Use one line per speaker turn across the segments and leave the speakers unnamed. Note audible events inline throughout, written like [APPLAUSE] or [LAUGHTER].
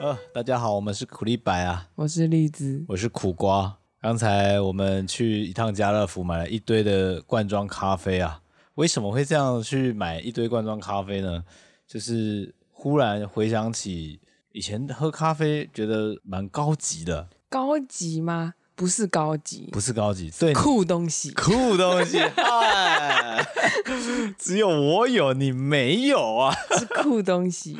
呃，大家好，我们是苦力白啊，
我是栗子，
我是苦瓜。刚才我们去一趟家乐福买了一堆的罐装咖啡啊，为什么会这样去买一堆罐装咖啡呢？就是忽然回想起以前喝咖啡，觉得蛮高级的，
高级吗？不是高级，
不是高级，对你
酷东西。
酷东西，嗨，只有我有，你没有啊。
是酷
[LAUGHS]
东西，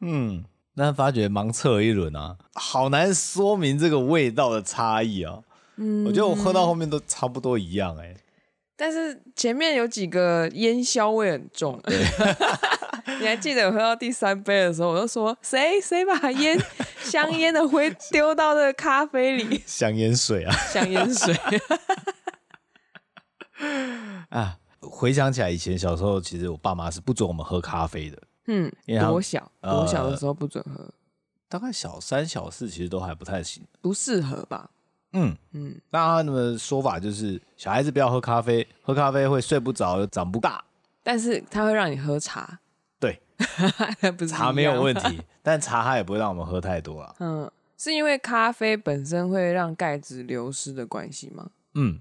嗯，但发觉盲测了一轮啊，好难说明这个味道的差异啊。
嗯
我觉得我喝到后面都差不多一样哎、
但是前面有几个烟硝味很重。 [LAUGHS] 你还记得我喝到第三杯的时候，我就说谁谁把烟
哦
香烟的灰丢到这个咖啡
[LAUGHS]
里，
香烟水
[LAUGHS]
啊
香烟
[LAUGHS]
水。
啊！回想起来，以前小时候，其实我爸妈是不准我们喝咖啡的。
嗯，
因为他
多小，
呃
多小的时候不准喝，
大概小三、小四其实都还不太行。
不适合吧？
嗯，
嗯，
那他们的说法就是，小孩子不要喝咖啡，喝咖啡会睡不着，长不大。
但是它会让你喝茶， [LAUGHS]
对，
不是啊
茶没有问
问。[LAUGHS]
题，但茶他也不会让我们喝太多啊了。
嗯，是因为咖啡本身会让钙质流失的关系吗？
嗯，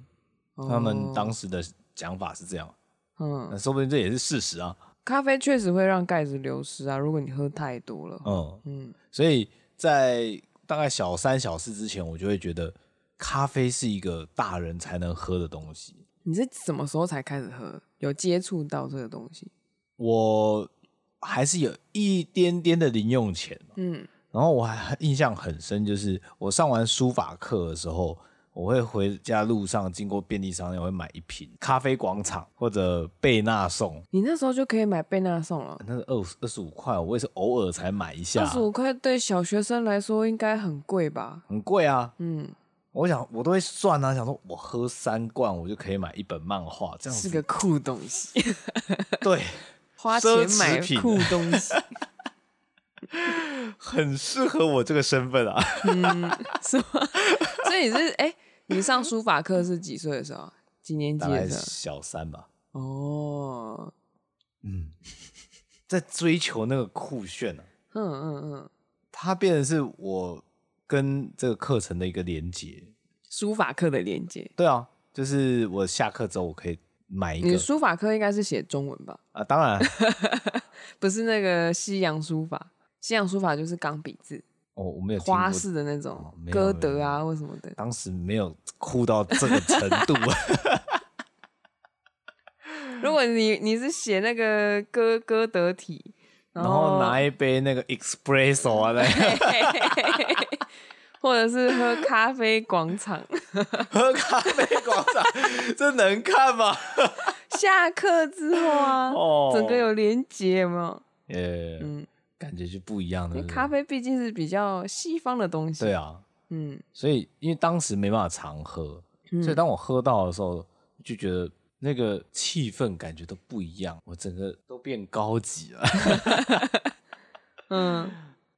他们
哦
当时的讲法是这样，那
嗯，
说不定这也是事实啊。
咖啡确实会让钙质流失啊，如果你喝太多了。
嗯，
嗯，
所以在大概小三、小四之前，我就会觉得咖啡是一个大人才能喝的东西。
你是什么时候才开始喝？有接触到这个东西？
我还是有一点点的零用钱嘛
嗯，
然后我还印象很深，就是我上完书法课的时候，我会回家路上经过便利商店，我会买一瓶咖啡广场或者贝纳颂，
你那时候就可以买贝纳颂了，
那是二二十五块，我也是偶尔才买一下
二，十五块对小学生来说应该很贵吧？
很贵啊。
嗯，
我想我都会算啊，想说我喝三罐，我就可以买一本漫画，这样
是
子
个酷东西，
对，
花钱买
奢侈品啊
酷东西，
很适合我这个身份啊。
嗯是吗？ [LAUGHS] 所以你是哎、你上书法课是几岁的时候啊？几年级
大概
的时候？
小三吧，
哦，
嗯，在追求那个酷炫啊，
嗯嗯嗯，
它变成是我跟这个课程的一个连接。
书法课的连接。
对啊，就是我下课之后我可以买一
你的
个
书法课应该是写中文吧？
啊，当然
不是那个西洋书法，西洋书法就是钢笔字，
哦，我没有听过
花，式的那种
哦没有
歌德啊或什么的。
当时没有酷到这个程度啊。
[LAUGHS] 如果你你是写那个歌歌德体，然
然
哦
后拿一杯那个 espresso 啊，
哎
那
或者是喝咖啡广场， [LAUGHS]
喝咖啡广场，这能看吗？
下课之后啊，
哦
整个有连接，有没有？
呃，
嗯，
感觉就不一样
因
的
为咖。啡毕竟是比较西方的东西，
对啊，
嗯，
所以因为当时没办法常喝，
嗯
所以当我喝到的时候，就觉得那个气氛感觉都不一样，我整个都变高级了。 [LAUGHS]
嗯。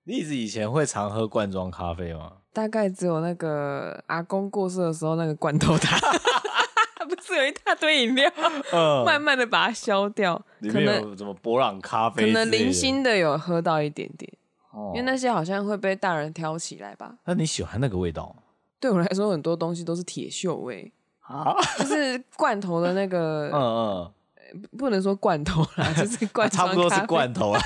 栗子以前会常喝罐装咖啡吗？
大概只有那个阿公过世的时候那个罐
[LAUGHS]
头塔，不是有一大堆饮料，慢
嗯，
慢的把它消掉，
里
可
面
能
有什么博朗咖啡
可
之类的？
能零星的有喝到一点点，
哦，
因为那些好像会被大人挑起来吧。
那你喜欢那个味道
对我来说，很多东西都是铁锈味，
啊？
就是罐头的
[LAUGHS]
那
嗯
个，
嗯，
不能说罐头啦，就是罐，
差不多是，罐头
[LAUGHS]
啊，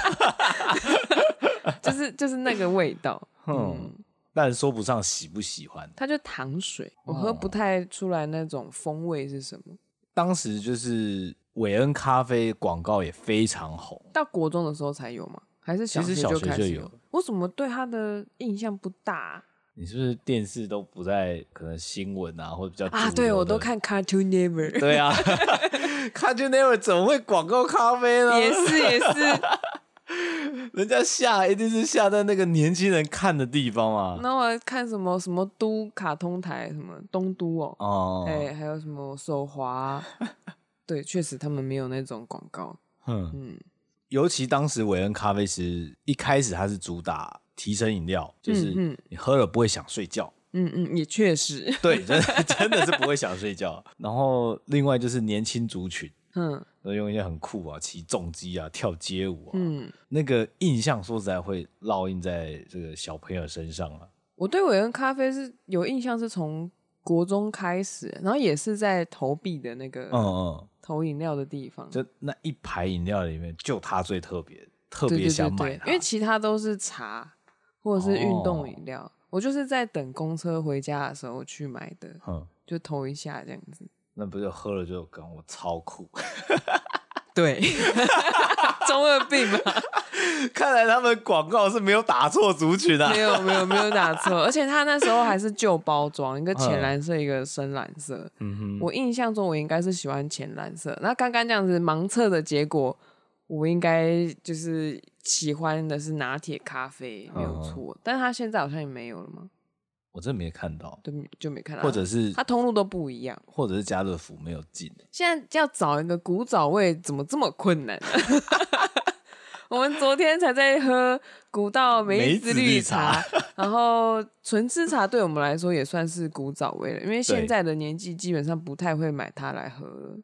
就是就是那个味道。
嗯，但说不上喜不喜欢。
它就糖水，我
哦
喝不太出来那种风味是什么。
当时就是韦恩咖啡广告也非常红，
到国中的时候才有吗？还是小
其
学
实小
就
学
开
就
始
有
有？我怎么对他的印象不大啊？
你是不是电视都不在可能新闻啊，或者比较
啊
主
对，
流
我都
的。
看 Cartoon Network，
对
[LAUGHS]
啊，看就那会儿怎么会广告咖啡
[LAUGHS]
呢？
也是也 [LAUGHS] 是。
人家下一定是下在那个年轻人看的地方啊嘛。
那我看什么什么都卡通台，什么东都哦，
哦，
哎、还有什么手滑啊、对，确实他们没有那种广告。
嗯，
嗯
尤其当时韦恩咖啡是一开始它是主打提神饮料，就是
嗯嗯
你喝了不会想睡觉。
嗯嗯，也确实。 [LAUGHS]
对，真的真的是不会想睡觉。然后另外就是年轻族群，
嗯
都用一些很酷啊，骑重机啊，跳街舞啊，
嗯，
那个印象说实在会烙印在这个小朋友身上啊。
我对韦恩咖啡是有印象，是从国中开始，然后也是在投币的那个
嗯嗯，
投饮料的地方，
就那一排饮料里面，就它最特别，特
对
别
对
想
对
买
对，
它。哦
因为其他都是茶或者是运动饮料。我就是在等公车回家的时候去买的，
嗯，
就投一下这样子。
那不就喝了就感我超酷。
对， [LAUGHS] 中二病吧。
看来他们广告是没有打错族群啊的、
没有没有没有打错，而且它那时候还是旧包装，一个浅蓝色，一个深蓝色。
嗯哼，
我印象中我应该是喜欢浅蓝色。那刚刚这样子盲测的结果，我应该就是喜欢的是拿铁咖啡，没
哦
有错。但是它现在好像也没有了嘛，
我真没看到，
对，就没看到。
或者是
它通路都不一样。
或者是家乐福没有进。欸
现在要找一个古早味，怎么这么困难、啊？ [LAUGHS] 我们昨天才在喝古道梅子绿茶，然后纯吃茶对我们来说也算是古早味了，因为现在的年纪基本上不太会买它来喝了。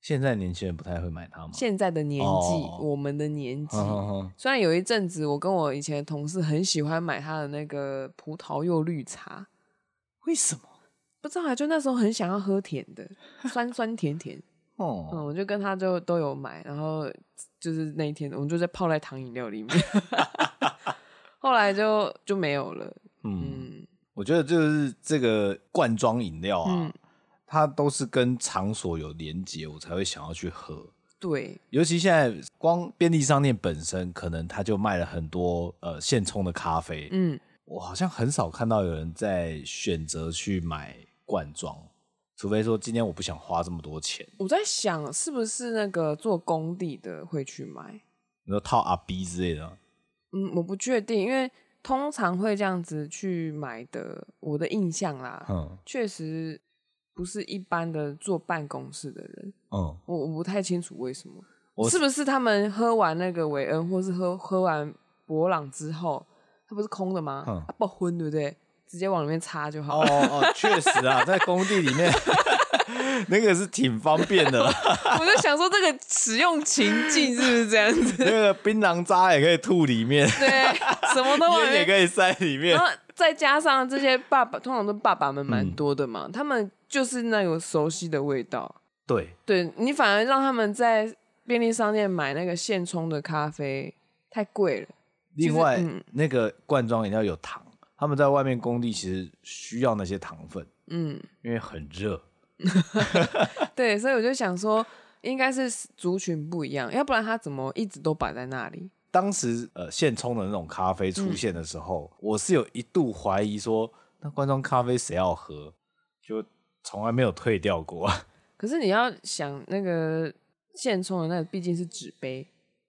现在年轻人不太会买它吗？
现在的年纪，
哦
我们的年纪，
哼哼哼
虽然有一阵子我跟我以前的同事很喜欢买他的那个葡萄柚绿茶，
为什么？
不知道啊，就那时候很想要喝甜的，酸酸甜甜。嗯，
哦，
我就跟他就都有买，然后就是那一天，我们就在泡在糖饮料里面， [LAUGHS] 后来就就没有了。
嗯，
嗯，
我觉得就是这个罐装饮料啊，
嗯
它都是跟场所有连接，我才会想要去喝。
对，
尤其现在光便利商店本身，可能它就卖了很多呃现冲的咖啡。
嗯，
我好像很少看到有人在选择去买罐装，除非说今天我不想花这么多钱，
我在想是不是那个做工地的会去买？
你说套阿 B 之类的。
嗯，我不确定，因为通常会这样子去买的，我的印象啦，
嗯
确实不是一般的坐办公室的人，
嗯，
我我不太清楚为什么。
我
是不是他们喝完那个韦恩，或是喝喝完博朗之后，它不是空的吗？
嗯
它不昏，对不对？直接往里面插就好
哦
了。
哦， [LAUGHS] 确实啊，在工地里面 [LAUGHS] 那个是挺方便
[LAUGHS]
的啦。
我就想说，这个使用情境是不是这样子？ [LAUGHS]
那个槟榔渣也可以吐里面，
对，什么都往
烟
里
也
面。
可以塞里面
然。后再加上这些爸爸，通常都爸爸们
嗯
蛮多的嘛，他们就是那有熟悉的味道。
对，
对你反而让他们在便利商店买那个现冲的咖啡太贵了。
另外、
嗯
那个罐装饮料有糖，他们在外面工地其实需要那些糖分，
嗯，
因为很热。
对，所以我就想说，应该是族群不一样，要不然它怎么一直都摆在那里？
当时呃现冲的那种咖啡
嗯
出现的时候，我是有一度怀疑说，那罐装咖啡谁要喝？就从来没有退掉过。
可是你要想那个现冲的那个毕竟是纸杯，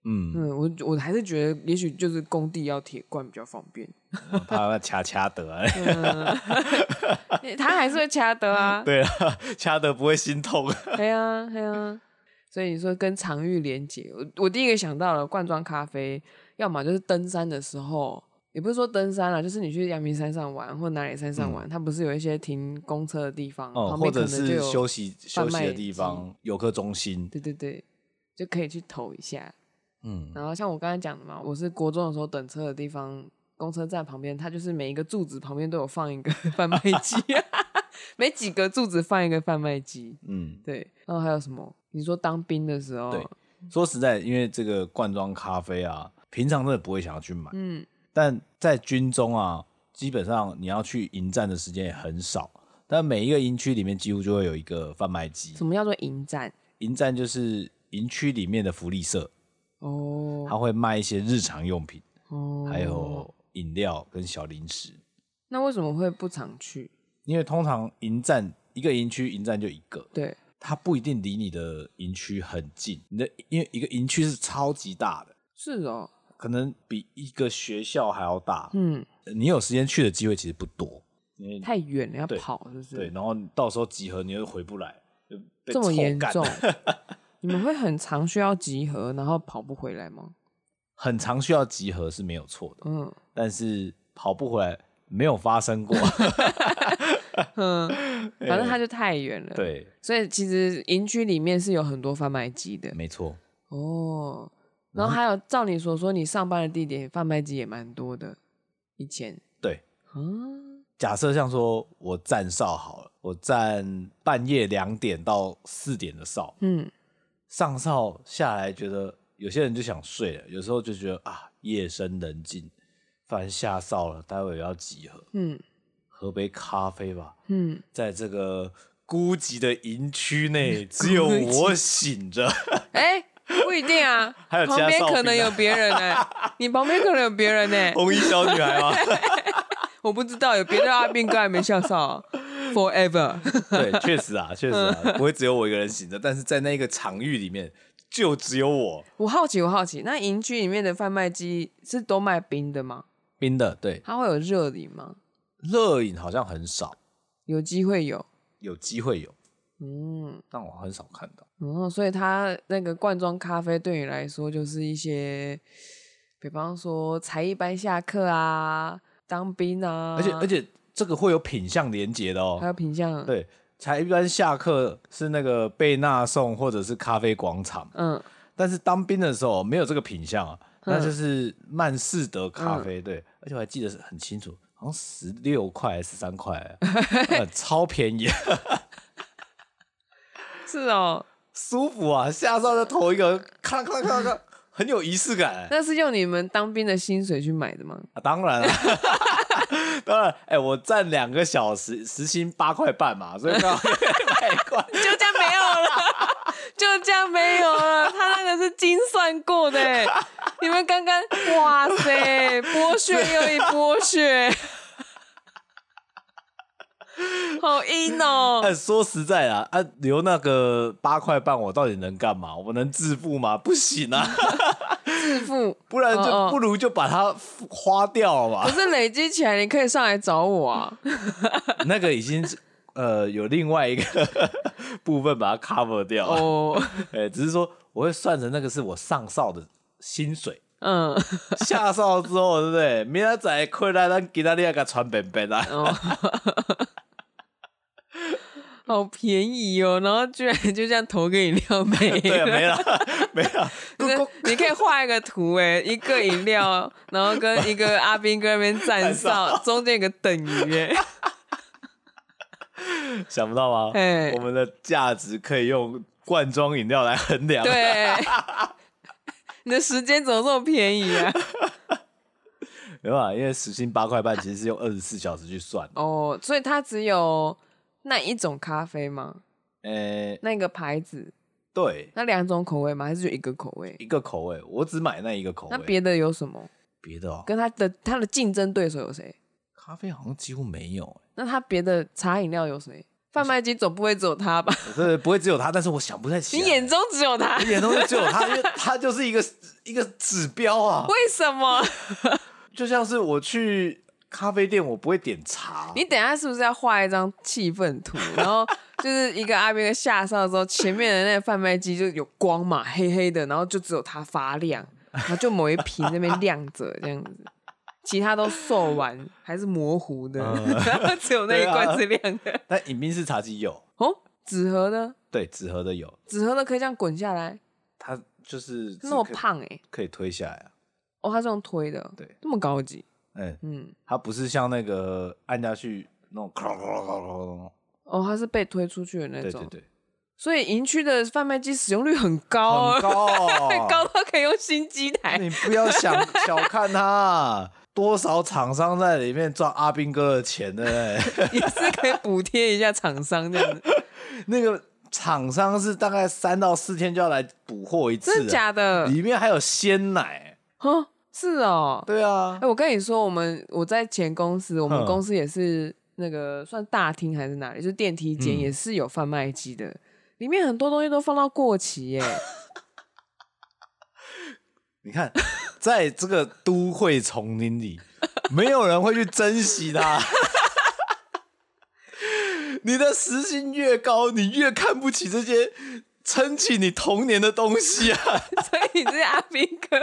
嗯，
嗯，我我还是觉得也许就是工地要铁罐比较方便，
怕他掐掐得、啊， [LAUGHS]
嗯 [LAUGHS] 它还是会掐的啊，
对啊，掐得不会心痛。
对啊，对啊。所以你说跟常遇连结，我我第一个想到了罐装咖啡，要么就是登山的时候，也不是说登山啦，就是你去阳明山上玩或哪里山上玩，它不是有一些停公车的地方，
嗯哦，
旁
或
边可
者
能就是有
休息休息
贩卖
的地方，游客中心。
对对对，就可以去投一下。
嗯，
然后像我刚才讲的嘛，我是国中的时候等车的地方，公车站旁边，它就是每一个柱子旁边都有放一个 [LAUGHS] 贩卖机，每几个柱子放一个贩卖机。
嗯，
对，然后还有什么？你说当兵的时候，
对嗯说实在，因为这个罐装咖啡啊，平常真的不会想要去买，
嗯
但在军中啊，基本上你要去迎战的时间也很少。但每一个营区里面几乎就会有一个贩卖机，
什么叫做迎战？
营站就是营区里面的福利社，
哦
它会卖一些日常用品，
哦，
还有饮料跟小零食。
那为什么会不常去？
因为通常营站一个营区营站就一个，
对，
它不一定离你的营区很近。你的因为一个营区是超级大的，
是哦，
可能比一个学校还要大。
嗯，
你有时间去的机会其实不多，因为
太远了，要
对
跑是不是？
对，然后你到时候集合你又回不来，就被
这么
臭
严
干
重， [LAUGHS] 你们会很常需要集合，然后跑不回来吗？
[LAUGHS] 很常需要集合 [LAUGHS] 是没有错的，
嗯，
但是跑不回来没有发生过。
嗯，反正它就太远了。，
[LAUGHS] 对，
所以其实营区里面是有很多贩卖机的
没错，
哦。然后还有，照你所说，你上班的地点贩卖机也蛮多的。以前， [LAUGHS]
对。
嗯，
假设像说我站哨好了，我站半夜两点到四点的哨，
嗯，
上哨下来，觉得有些人就想睡了，有时候就觉得啊，夜深人静，反正下哨了，待会要集合，
嗯，
喝杯咖啡吧。
嗯，
在这个孤寂的营区内，只有我醒 [LAUGHS] 着，，
哎、不一定啊
[LAUGHS] 还有其他
旁边
哨
可
兵
能
啊
有别人
[LAUGHS]
呢、你旁边可能有别人呢、
红衣小女 [LAUGHS] 孩吗？
我不知道有别的阿兵哥还没下哨啊、，forever。 [LAUGHS]
对，确实啊，确实啊，不会只有我一个人醒着，但是在那个场域里面，就只有我
我好奇，我好奇，那营区里面的贩卖机是都卖冰的吗？
冰的。对，
它会有热饮吗？
热饮好像很少，
有机会有，
有机会有，
嗯，
但我很少看到。
然后所以它那个罐装咖啡对你来说就是一些，比方说才艺班下课啊，当兵啊，
而且而且这个会有品相连接的哦
还。有品相，
对，才一般下课是那个贝纳颂或者是咖啡广场，
嗯，
但是当兵的时候没有这个品相啊，那就是曼士德咖
嗯
啡。对，而且我还记得是很清楚，好像十六块、十三块啊， [LAUGHS] 呃超便宜， [LAUGHS]
是哦，
舒服啊！下哨就投一个，咔啦咔啦咔啦咔啦，很有仪式感欸、
[LAUGHS] 那是用你们当兵的薪水去买的吗？
啊， [LAUGHS] 当然了。当然，哎、我站两个小时，时薪八块半嘛，所以刚好卖块。
[LAUGHS]
[LAUGHS]
就这样没有了， [LAUGHS] 就这样没有了。他那个是精算过的 [LAUGHS] 欸，你们刚刚哇塞，剥削又一剥 [LAUGHS] 削，好阴哦。
但说实在啊，啊，留那个八块半，我到底能干嘛？我能致富吗？不行啊，
致富
不然
哦
就
哦
不如就把它花掉嘛
可。是累积起来，你可以上来找我啊。
那个已经是呃有另外一个 [LAUGHS] 部分把它 cover 掉了，
[LAUGHS] 哦，
哎、只是说我会算成那个是我上哨的薪
[LAUGHS]
水，
嗯，
下哨之后，对不对？明仔载困难，咱给他另一个传本本
[LAUGHS]
啊。
哦。好便宜哦，然后居然就这样投个饮料没 [LAUGHS] 了，
对啊，没了，没
[LAUGHS]
了。咕咕
你可以画一个图哎，一个饮料，然后跟一个阿兵哥那边 [LAUGHS] 站哨，中间有个等于哎，
[LAUGHS] 想不到吗？
哎
我们的价值可以用罐装饮料来衡量。
[LAUGHS] 对， [LAUGHS] 你的时间怎么这么便宜啊？
没办法，因为时薪八块半其实是用二十四小时去算的。
[LAUGHS] 哦，所以它只有那一种咖啡吗？
诶、
那个牌子，
哎对，
那两种口味吗？还是就一个口味？
一个口味，我只买那一个口味。
那别的有什么？
别的哦，
跟它的它的竞争对手有谁？
咖啡好像几乎没有、
那它别的茶饮料有谁？贩卖机总不啊会只有它吧？
欸。这不会只有它，但是我想不太起
你
来。
眼中只有它，
我眼中就只有它，因为它就是一个一个指标啊。
为什么？
就像是我去咖啡店，我不会点茶。
你等一下是不是要画一张气氛
[LAUGHS]
图？然后就是一个阿兵哥下哨之后，前面的那个贩卖机就有光嘛，黑黑的，然后就只有它发亮，然后就某一瓶那边亮着这样子，其他都售完还是模糊的，然
啊
[LAUGHS] 后只有那一罐是亮的。
但饮冰式茶几有，
哦，纸盒呢？
对，纸盒的有，
纸盒的可以这样滚下来，
它就是
那么
是可以
胖哎、
可以推下来啊。
哦，它是用推的，
对，
那么高级，
嗯，
嗯，
它不是像那个按下去那种哐哐哐哐哐哐，
哦，它是被推出去的那
对
种，
对对，
所以营区的贩卖机使用率很高、
很
哦， [LAUGHS]
高、哦，
高到可以用新机台。
你不要想小看它、多少厂商在里面赚阿兵哥的钱呢？
[LAUGHS] 也是可以补贴一下厂商这
[LAUGHS]
样子，
啊那个厂商是大概三到四天就要来补货一次，啊
真的假的？
里面还有鲜奶，
哦，是哦。
对啊
[LAUGHS] 哎、，我跟你说，我们我在前公司，我们
嗯
公司也是那个算大厅还是哪里，就是电梯间
嗯
也是有贩卖机的，里面很多东西都放到过期
[LAUGHS]
耶。
你看，在这个都会丛林
[LAUGHS]
里，没有人会去珍惜它。 [LAUGHS] 你的时薪越高，你越看不起这些撑起你童年的东西啊，
所以这阿兵哥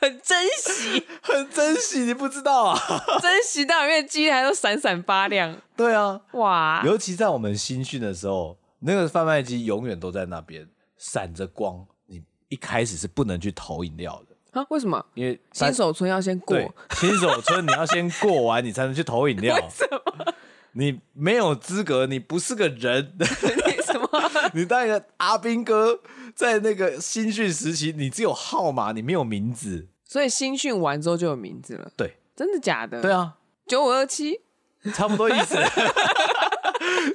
很珍
[LAUGHS]
惜，
很珍惜，你不知道啊？
珍惜到里面的鸡还都闪闪发亮，
对啊，
哇！
尤其在我们新训的时候，那个贩卖机永远都在那边闪着光，你一开始是不能去投饮料的，
啊，为什么
因为
新手村要先过？
对新手村你要先过完，你才能去投饮
[LAUGHS]
料，
什么？
你没有资格，你不是个人。 [LAUGHS]
[LAUGHS] 你什么？
你当一个阿兵哥，在那个新训时期，你只有号码，你没有名字。
所以新训完之后就有名字了，
对，
真的假的？
对，啊，
九五二七，
差不多意思。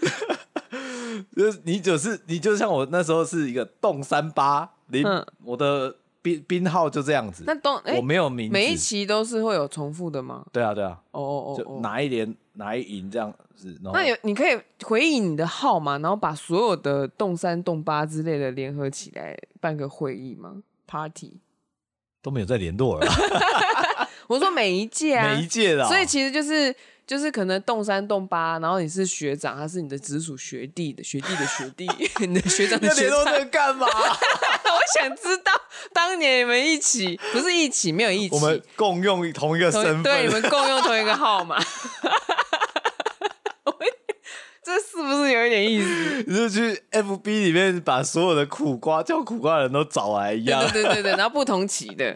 [LAUGHS] 就是你就是你就像我那时候是一个动三八，你、
嗯
我的兵兵号就这样子。
那东哎
我，没有名字，
每一期都是会有重复的吗？
对啊对啊，
哦哦
就
哦哦，
哪一连哪一营这样子。然后
那有你可以回忆你的号码，然后把所有的动三动八之类的联合起来办个会议吗？Party？
都没有再联络了，
我说每一届啊，
[LAUGHS] 每一届的啊、
所以其实就是就是可能动三动八，然后你是学长，他是你的直属学弟的学弟的学
[LAUGHS]
弟，你的学长的
要
学
联
长 [LAUGHS]
络。这个干嘛？
我想知道当年你们一起不是一起没有一起，
我们共用同一
[LAUGHS]
个
同
身份，
对你们共用同一个号 [LAUGHS] 码。我这是不是有一点意思？
你就去 FB 里面把所有的苦瓜叫苦瓜的人都找来一样
对，对对对，然后不同期的，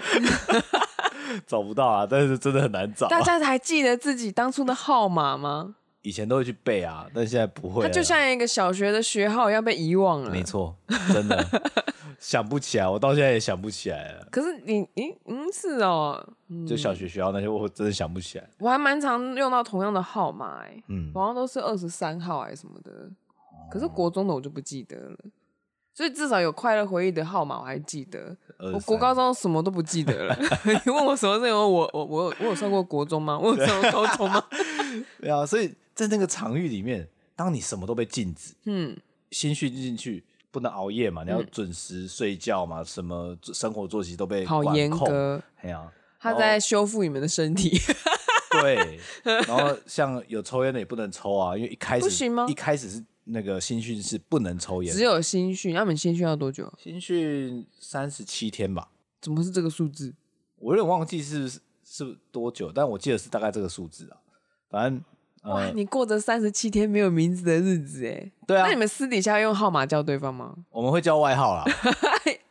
找不到啊，但是真的很难找、
[LAUGHS] 大
啊。
家还记得自己当初的号码吗？
以前都会去背啊，但现在不会
它
了。
就像一个小学的学号一样被遗忘了。
没错，真的 [LAUGHS] 想不起来，我到现在也想不起来了。
可是你，你，嗯，是哦，
就小学学校那些，我真的想不起来。
我还蛮常用到同样的号码、欸，
嗯，
好像都是二十三号还是什么的。可是国中的我就不记得了，所以至少有快乐回忆的号码我还记得。我
23
国高中什么都不记得
[LAUGHS]
了。你问我什么事情？我我我有我有上过国中吗？我有上过高
[LAUGHS]
中吗？
对啊，所以在那个场域里面，当你什么都被禁止，
嗯，
新训进去不能熬夜嘛，你要准时睡觉嘛，什么生活作息都被
好
管
严
控。
格。
哎呀、
他在修复你们的身体， [LAUGHS]
对，然后像有抽烟的也不能抽啊，因为一开始
不行吗
一开始是那个新训是不能抽烟
只，有新训。那你们新训要多久？
新训三十七天吧，
怎么是这个数字？
我有点忘记是是多久，但我记得是大概这个数字啊。反正
哇，
呃，
你过着三十七天没有名字的日子哎、
对啊
那你，们私底下用号码叫对方吗？哎
我们会叫外
[LAUGHS]
号啦，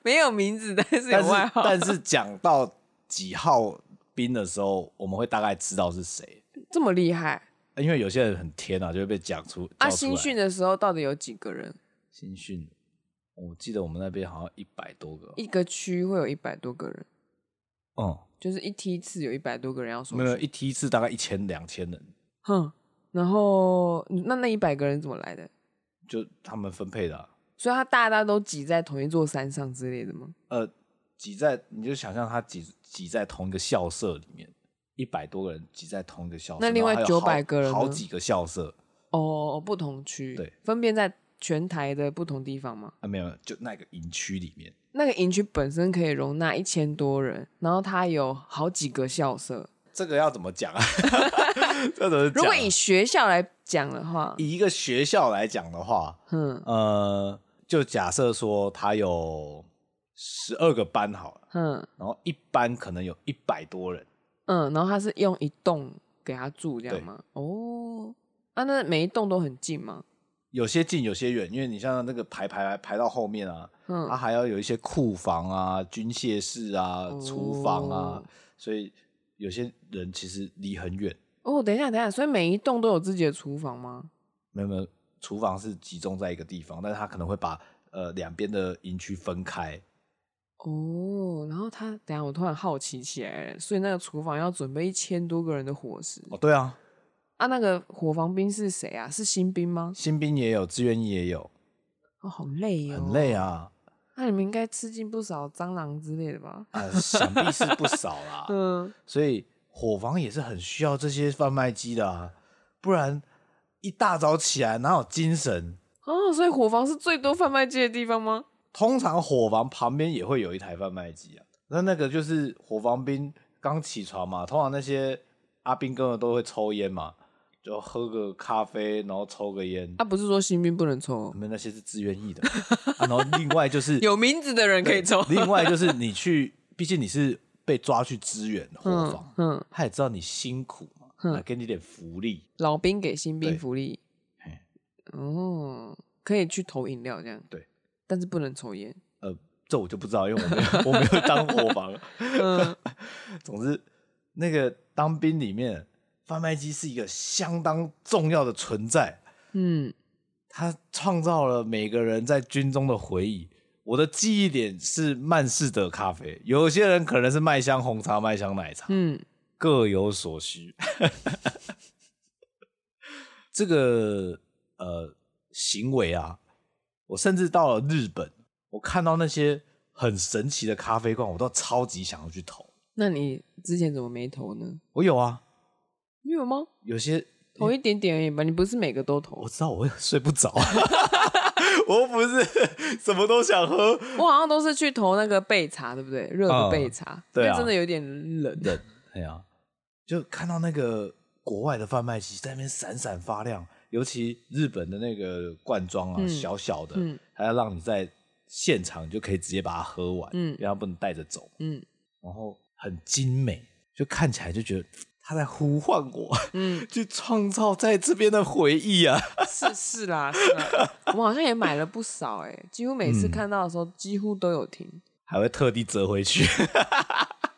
没有名字，但是
但
有外
是
号。
但是讲到几号兵的时候，我们会大概知道是谁，
这么厉害
因为有些人很天啊，就会被讲出
啊！
叫出来
新训的时候到底有几个人？
新训，我记得我们那边好像一百多个，
一个区会有一百多个人，
嗯，
就是一梯次有一百多个人要收
没有
训。
一梯次大概一千两千人。
哼，然后那那一百个人怎么来的？
就他们分配的啊、
所以他大家都挤在同一座山上之类的吗？
呃，挤在你就想象他挤挤在同一个校舍里面，一百多个人挤在同一个校舍，
那另外
然后还有好
900个人呢
好几个校舍
哦，不同区，
对，
分别在全台的不同地方吗？
啊，没有，就那个营区里面，
那个营区本身可以容纳一千多人，然后它有好几个校舍。
这个要怎么
[LAUGHS]
讲啊？这怎么讲啊？
如果以学校来讲的话，
以一个学校来讲的话，
哼
呃，就假设说它有十二个班好了，
哼
然后一班可能有一百多人，
嗯，然后它是用一栋给他住这样
对
吗？哦，啊，那每一栋都很近吗？
有些近，有些远，因为你像那个排排排排到后面啊，它
嗯，
还要有一些库房啊、军械室啊、厨房啊
哦，
所以有些人其实离很远。
哦，等一下，等一下，所以每一栋都有自己的厨房吗？
没有没有，厨房是集中在一个地方，但是他可能会把呃两边的营区分开。
哦，然后他，等一下，我突然好奇起来了，所以那个厨房要准备一千多个人的伙食
哦，对啊，
啊，那个伙房兵是谁啊？是新兵吗？
新兵也有，志愿役也有，
哦，好累哦，
很累。啊
那你们应该吃尽不少蟑螂之类的吧？
啊、想必是不少啦。
[LAUGHS] 嗯，
所以伙房也是很需要这些贩卖机的啊，不然一大早起来哪有精神？
哦，所以伙房是最多贩卖机的地方吗？
通常伙房旁边也会有一台贩卖机啊，那那个就是伙房兵刚起床嘛，通常那些阿兵哥们都会抽烟嘛，就喝个咖啡，然后抽个烟。
啊，不是说新兵不能抽哦
我，们那些是自愿意的啊，然后另外就是
[LAUGHS] 有名字的人可以抽。
另外就是你去，毕竟你是被抓去支援伙
嗯
房，
嗯，
他也知道你辛苦嘛，来给你点福利。
老兵给新兵
对
福利
嘿，
哦，可以去投饮料这样。
对，
但是不能抽烟。
呃，这我就不知道，因为我没有我没有当伙房。
嗯，
总之，那个当兵里面，贩卖机是一个相当重要的存在，
嗯，
它创造了每个人在军中的回忆。我的记忆点是曼士德咖啡，有些人可能是麦香红茶、麦香奶茶，
嗯，
各有所需。这个呃行为啊，我甚至到了日本，我看到那些很神奇的咖啡罐，我都超级想要去投。
那你之前怎么没投呢？
我有啊，
你有吗？
有些
投一点点而已吧，你不是每个都投
我。知道我会睡不着， [LAUGHS] 我又不是什么都想喝。
我好像都是去投那个焙茶，对不对？热的
嗯
焙茶，
对
因为
啊
真的有点冷。
人，哎呀、就看到那个国外的贩卖机在那边闪闪发亮，尤其日本的那个罐装啊，
嗯
小小的，
嗯
它要让你在现场你就可以直接把它喝完，
嗯
因为它不能带着走，
嗯
然后很精美，就看起来就觉得它在呼唤我，[LAUGHS]
嗯，
去创造在这边的回忆啊。
是是啦，是
[LAUGHS]
啦，我们好像也买了不少哎、几乎每次看到的时候，几乎都有停，
还会特地折回去，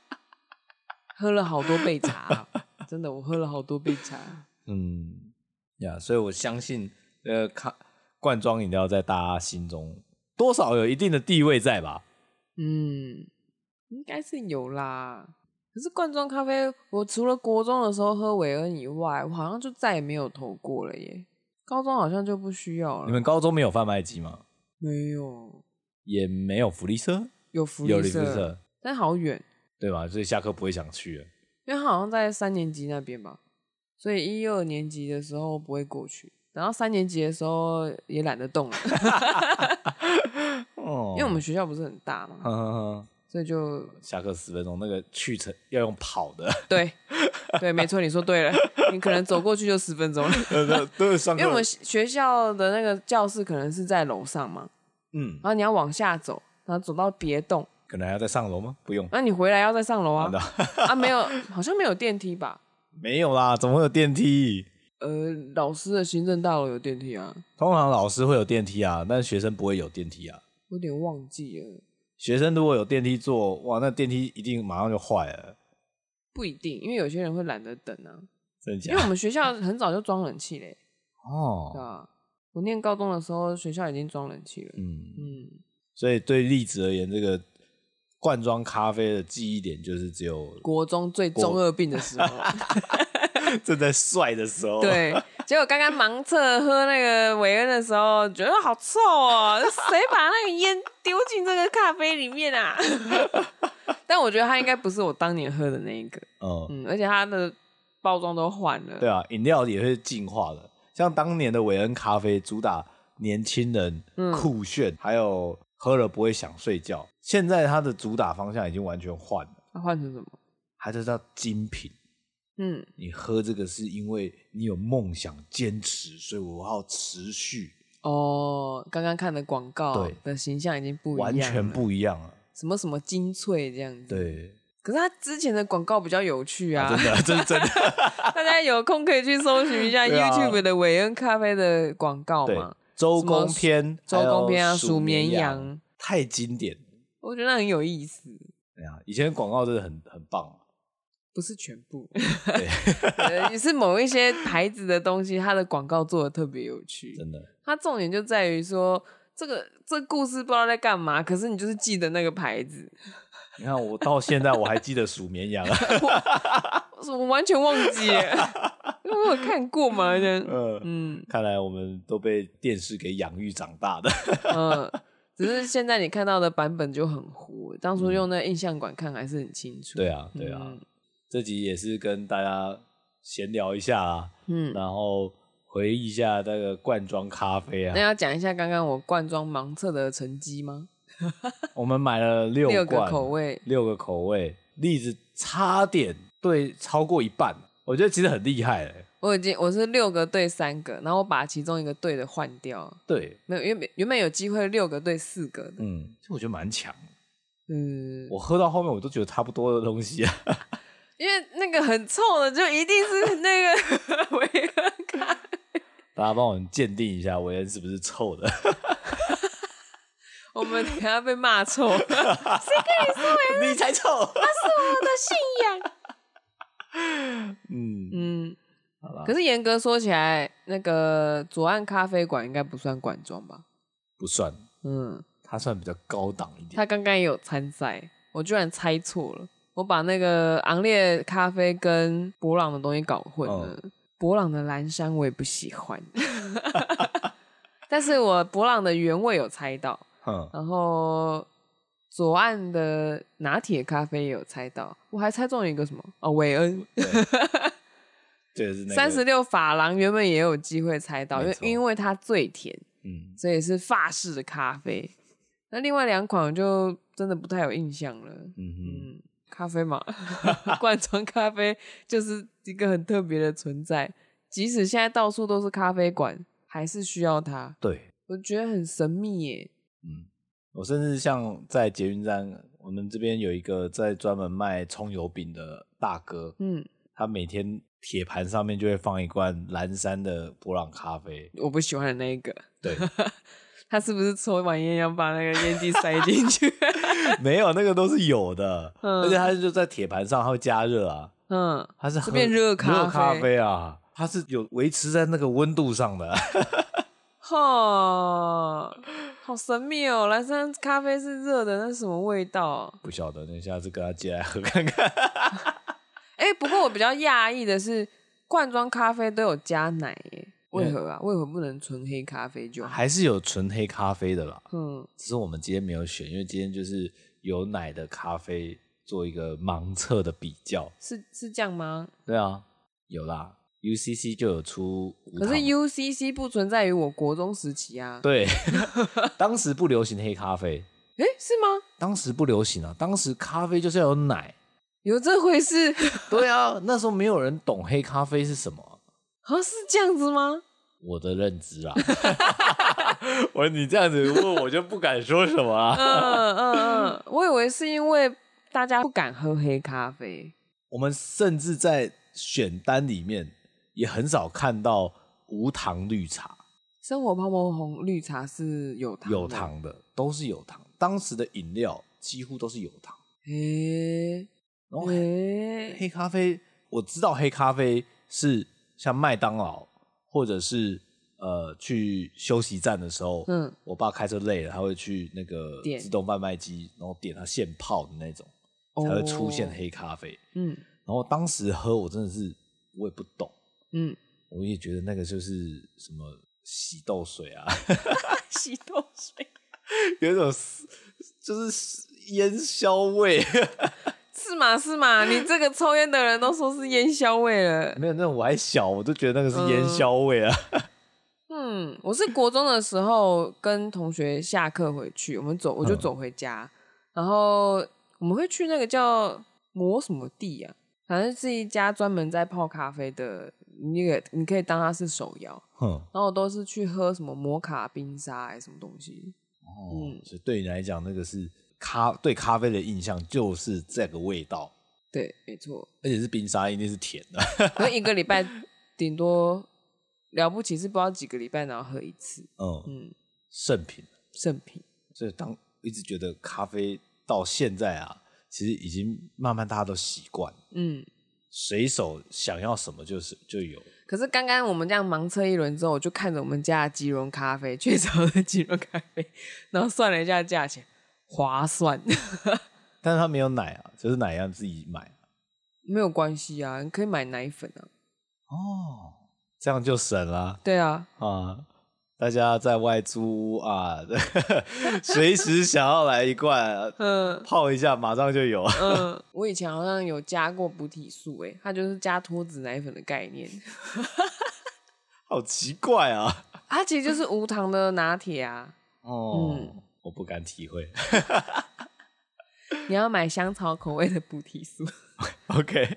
[LAUGHS]
喝了好多杯
[LAUGHS]
茶啊，真的，我喝了好多杯茶。
嗯，呀、所以我相信，呃，咖罐装饮料在大家心中多少有一定的地位在吧？
嗯，应该是有啦。可是罐装咖啡，我除了国中的时候喝韦恩以外，我好像就再也没有投过了耶。高中好像就不需要
你
了，
们高中没有贩卖机吗？
没有
也没有福利社，
有福
有
利
福利
社，
社，
但好远，
对吧？所以下课不会想去了。
因为它好像在三年级那边吧，所以一二年级的时候不会过去，等到三年级的时候也懒得动了， [LAUGHS]
哦
因为我们学校不是很大嘛，
[LAUGHS] 们
所以就
下课十分钟，那个去程要用跑 [LAUGHS] 的，
对对，没错，你说对了，你可能走过去就十分钟
[LAUGHS]
了，
都是上
因为我们学校的那个教室可能是在楼上嘛，
嗯，
然后你要往下走，然后走到别栋，
可能还要再上楼吗？不用，
那你回来要再上楼啊
好的
啊，没有，好像没有电梯吧？
没有啦，怎么会有电梯？
呃，老师的行政大楼有电梯啊，
通常老师会有电梯啊，但是学生不会有电梯啊。
我有点忘记了。
学生如果有电梯坐，哇，那电梯一定马上就坏了，
不一定，因为有些人会懒得等啊。
真的
因
假
为
的？
我们学校很早就装冷气嘞，对
哦，
吧？我念高中的时候，学校已经装冷气了。
嗯，
嗯，
所以对栗子而言，这个罐装咖啡的记忆点就是只有
国中最中二病的时
[LAUGHS]
候，
正在帅的时候，，
对。结果刚刚盲测喝那个韦恩的时候，觉得好臭哦，谁把那个烟丢进这个咖啡里面啊？ [LAUGHS] 但我觉得它应该不是我当年喝的那一个，
嗯，
嗯，而且它的包装都换了，
对啊，饮料也会进化的，像当年的韦恩咖啡主打年轻人、
嗯
酷炫，还有喝了不会想睡觉。现在它的主打方向已经完全换了，
它换成什么？
它就叫精品。
嗯
你喝这个是因为你有梦想、坚持，所以我要持续，
哦，刚刚看的广告
对
的形象已经不一样啊
完全
了
不一样了。
什么什么精粹这样子。，
对，
可是他之前的广告比较有趣啊，
真的，这是真的。
[LAUGHS] 大家有空可以去搜寻一
[LAUGHS]
下
对啊
YouTube 的韦恩咖啡的广告
对
嘛，，
周公篇，
周公篇啊，
还有
数绵羊，，
太经典了。
我觉得很有意思。
哎呀，以前的广告真的很很棒。啊
不是全部，
[LAUGHS]
[LAUGHS] 呃，也是某一些牌子的东西，它的广告做的特别有趣。
真的，
它重点就在于说，这个这故事不知道在干嘛，可是你就是记得那个牌子，
你看我到现在我还记得数绵羊，啊
我完全忘记了，
[LAUGHS]
因为我有看过嘛，这样
呃，
[LAUGHS] 嗯，
看来我们都被电视给养育长大的。
嗯，只是现在你看到的版本就很糊，当初用那印象馆看还是很清楚。
嗯对啊，对啊，
嗯
这集也是跟大家闲聊一下啊，
嗯，
然后回忆一下那个罐装咖啡啊
那，要讲一下刚刚我罐装盲测的成绩吗？
我们买了六
六个
罐，
口味，
六个口味，栗子差点对超过一半，我觉得其实很厉害嘞、欸
我已经我是六个对三个，然后我把其中一个对的换掉，
对，
没有，原本原本有机会六个对四个的，
嗯，这我觉得蛮强的。
嗯，
我喝到后面我都觉得差不多的东西啊，
因为那个很臭的就一定是那个 [LAUGHS] 维恩咖，
大家帮我们鉴定一下维恩是不是臭的。 [LAUGHS]
我们等一下被骂臭， [LAUGHS] 谁跟你说我
你才臭。 [LAUGHS]
的信仰？
嗯，
嗯，
好吧，
可是严格说起来，那个左岸咖啡馆应该不算管庄吧？
不算，
嗯，
它算比较高档一点。
他刚刚也有参赛，我居然猜错了，我把那个昂烈咖啡跟博朗的东西搞混了。
哦
博朗的蓝山我也不喜欢， [LAUGHS] 但是我博朗的原味有猜到，
嗯，
然后左岸的拿铁咖啡也有猜到，我还猜中了一个什么哦，韦恩
对，是那个
三十，六法郎原本也有机会猜到，因
没
为
错
因为它最甜，
嗯，
所以是法式的咖啡。那另外两款我就真的不太有印象了。
嗯
嗯，咖
[LAUGHS]
啡嘛，罐装咖啡就是一个很特别的存在，即使现在到处都是咖啡馆，还是需要它。
对，
我觉得很神秘耶。
嗯，我甚至像在捷运站，我们这边有一个在专门卖葱油饼的大哥，
嗯，
他每天铁盘上面就会放一罐蓝山的博朗咖啡。
我不喜欢的那一个。 [LAUGHS]
对，
他是不是抽完烟要把那个烟蒂塞进去？ [LAUGHS]
没有那个都是有的，
嗯
而且它就在铁盘上，它会加热啊，
嗯，
它是
这
喝
变热咖
咖
啡
啡啊，它是有维持在那个温度上的。 [LAUGHS]
哈，好神秘哦！蓝山咖啡是热的，那是什么味道？哦
不晓得，那下次跟他借来喝看
[LAUGHS]
看。
哎、不过我比较讶异的是，罐装咖啡都有加奶耶，为何啊？为何不能纯黑咖啡就好？
嗯还是有纯黑咖啡的啦，
嗯，
只是我们今天没有选，因为今天就是有奶的咖啡做一个盲测的比较。
是是这样吗？
对啊，有啦，UCC 就有出无
可
糖。
是 UCC 不存在于我国中时期啊。
对， [LAUGHS] 当时不流行黑咖啡，
哎、是吗？
当时不流行啊，当时咖啡就是要有奶。
有这回事？ [LAUGHS]
对啊，那时候没有人懂黑咖啡是什么啊，
啊，是这样子吗？
我的认知啦。 [LAUGHS] 我你这样子问我就不敢说什么啊。
嗯嗯嗯，我以为是因为大家不敢喝黑咖啡。
[LAUGHS] 我们甚至在选单里面也很少看到无糖绿茶，
生活泡沫红绿茶是有糖，哦
有。糖的都是有糖。当时的饮料几乎都是有糖，
诶
然后黑
诶，
黑咖啡，我知道黑咖啡是像麦当劳或者是呃去休息站的时候，
嗯，
我爸开车累了，他会去那个
点
自动贩卖机，然后点他现泡的那种，才会出现
哦
黑咖啡。
嗯
然后当时喝，我真的是我也不懂。
嗯，
我也觉得那个就是什么洗豆水啊，
[LAUGHS]
[LAUGHS]
洗豆水，
有一种丝就是烟硝味，
是嘛是嘛，你这个抽烟的人都说是烟硝味了。
没有那种我还小，我都觉得那个是烟硝味啊。
嗯，我是国中的时候跟同学下课回去，我们走我就
嗯
走回家，然后我们会去那个叫磨什么地啊，反正是一家专门在泡咖啡的，那个你可以当它是手摇。
哼，
然后我都是去喝什么摩卡冰沙还是什么东西。
哦，所以对你来讲，那个是咖对咖啡的印象就是这个味道，
对，没错，
而且是冰沙，一定是甜的。
可能一个礼拜顶多了不起是不知道几个礼拜，然后喝一次，
嗯，
嗯，
圣品。
圣品。
所以当一直觉得咖啡到现在啊，其实已经慢慢大家都习惯，
嗯，
随手想要什么就是就有。
可是刚刚我们这样盲测一轮之后，我就看着我们家的吉隆咖啡，雀巢的吉隆咖啡，然后算了一下价钱，划算，
但是它没有奶啊，就是奶要自己买。啊
没有关系啊，你可以买奶粉啊。
哦，这样就省啦
对啊，
啊！大家在外租屋啊， [LAUGHS] 随时想要来一罐，
嗯
泡一下马上就有。
嗯，我以前好像有加过补体素、欸，它就是加脱脂奶粉的概念。
好奇怪啊！
它其实就是无糖的拿铁啊。
哦，
嗯
我不敢体会。
你要买香草口味的菩提酥，
[LAUGHS] OK，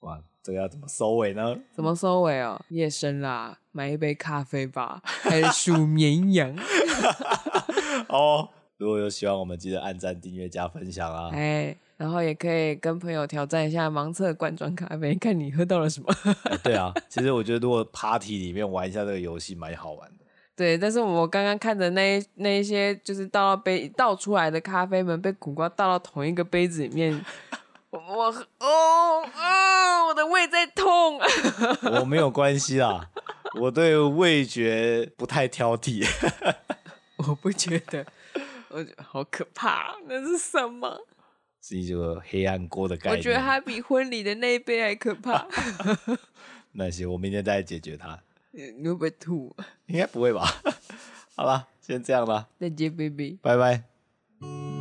哇，这个要怎么收尾呢？
怎么收尾哦？夜深啦，买一杯咖啡吧，还是数
[LAUGHS]
绵羊？
哦，如果有喜欢我们，记得按赞、订阅、加分享啊！
哎，然后也可以跟朋友挑战一下盲测罐装咖啡，看你喝到了什么。 [LAUGHS]
哎对啊，其实我觉得如果 party 里面玩一下这个游戏，蛮好玩的。
对，但是我刚刚看的那一那一些，就是倒到杯倒出来的咖啡们被苦瓜倒到同一个杯子里
[LAUGHS]
面，我我哦哦，我的胃在痛。 [LAUGHS]
我没有关系啦，我对味觉不太挑剔。 [LAUGHS]
我不觉得，我觉得好可怕，那是什么？
是一个黑暗锅的概
我
念。
觉得它比婚礼的那一杯还可
[LAUGHS]
怕。 [LAUGHS]
那行，我明天再解决它，
你你会不会吐？啊
[LAUGHS] 应该不会吧？好啦，先这样啦，
再见，baby。
拜拜。
Thank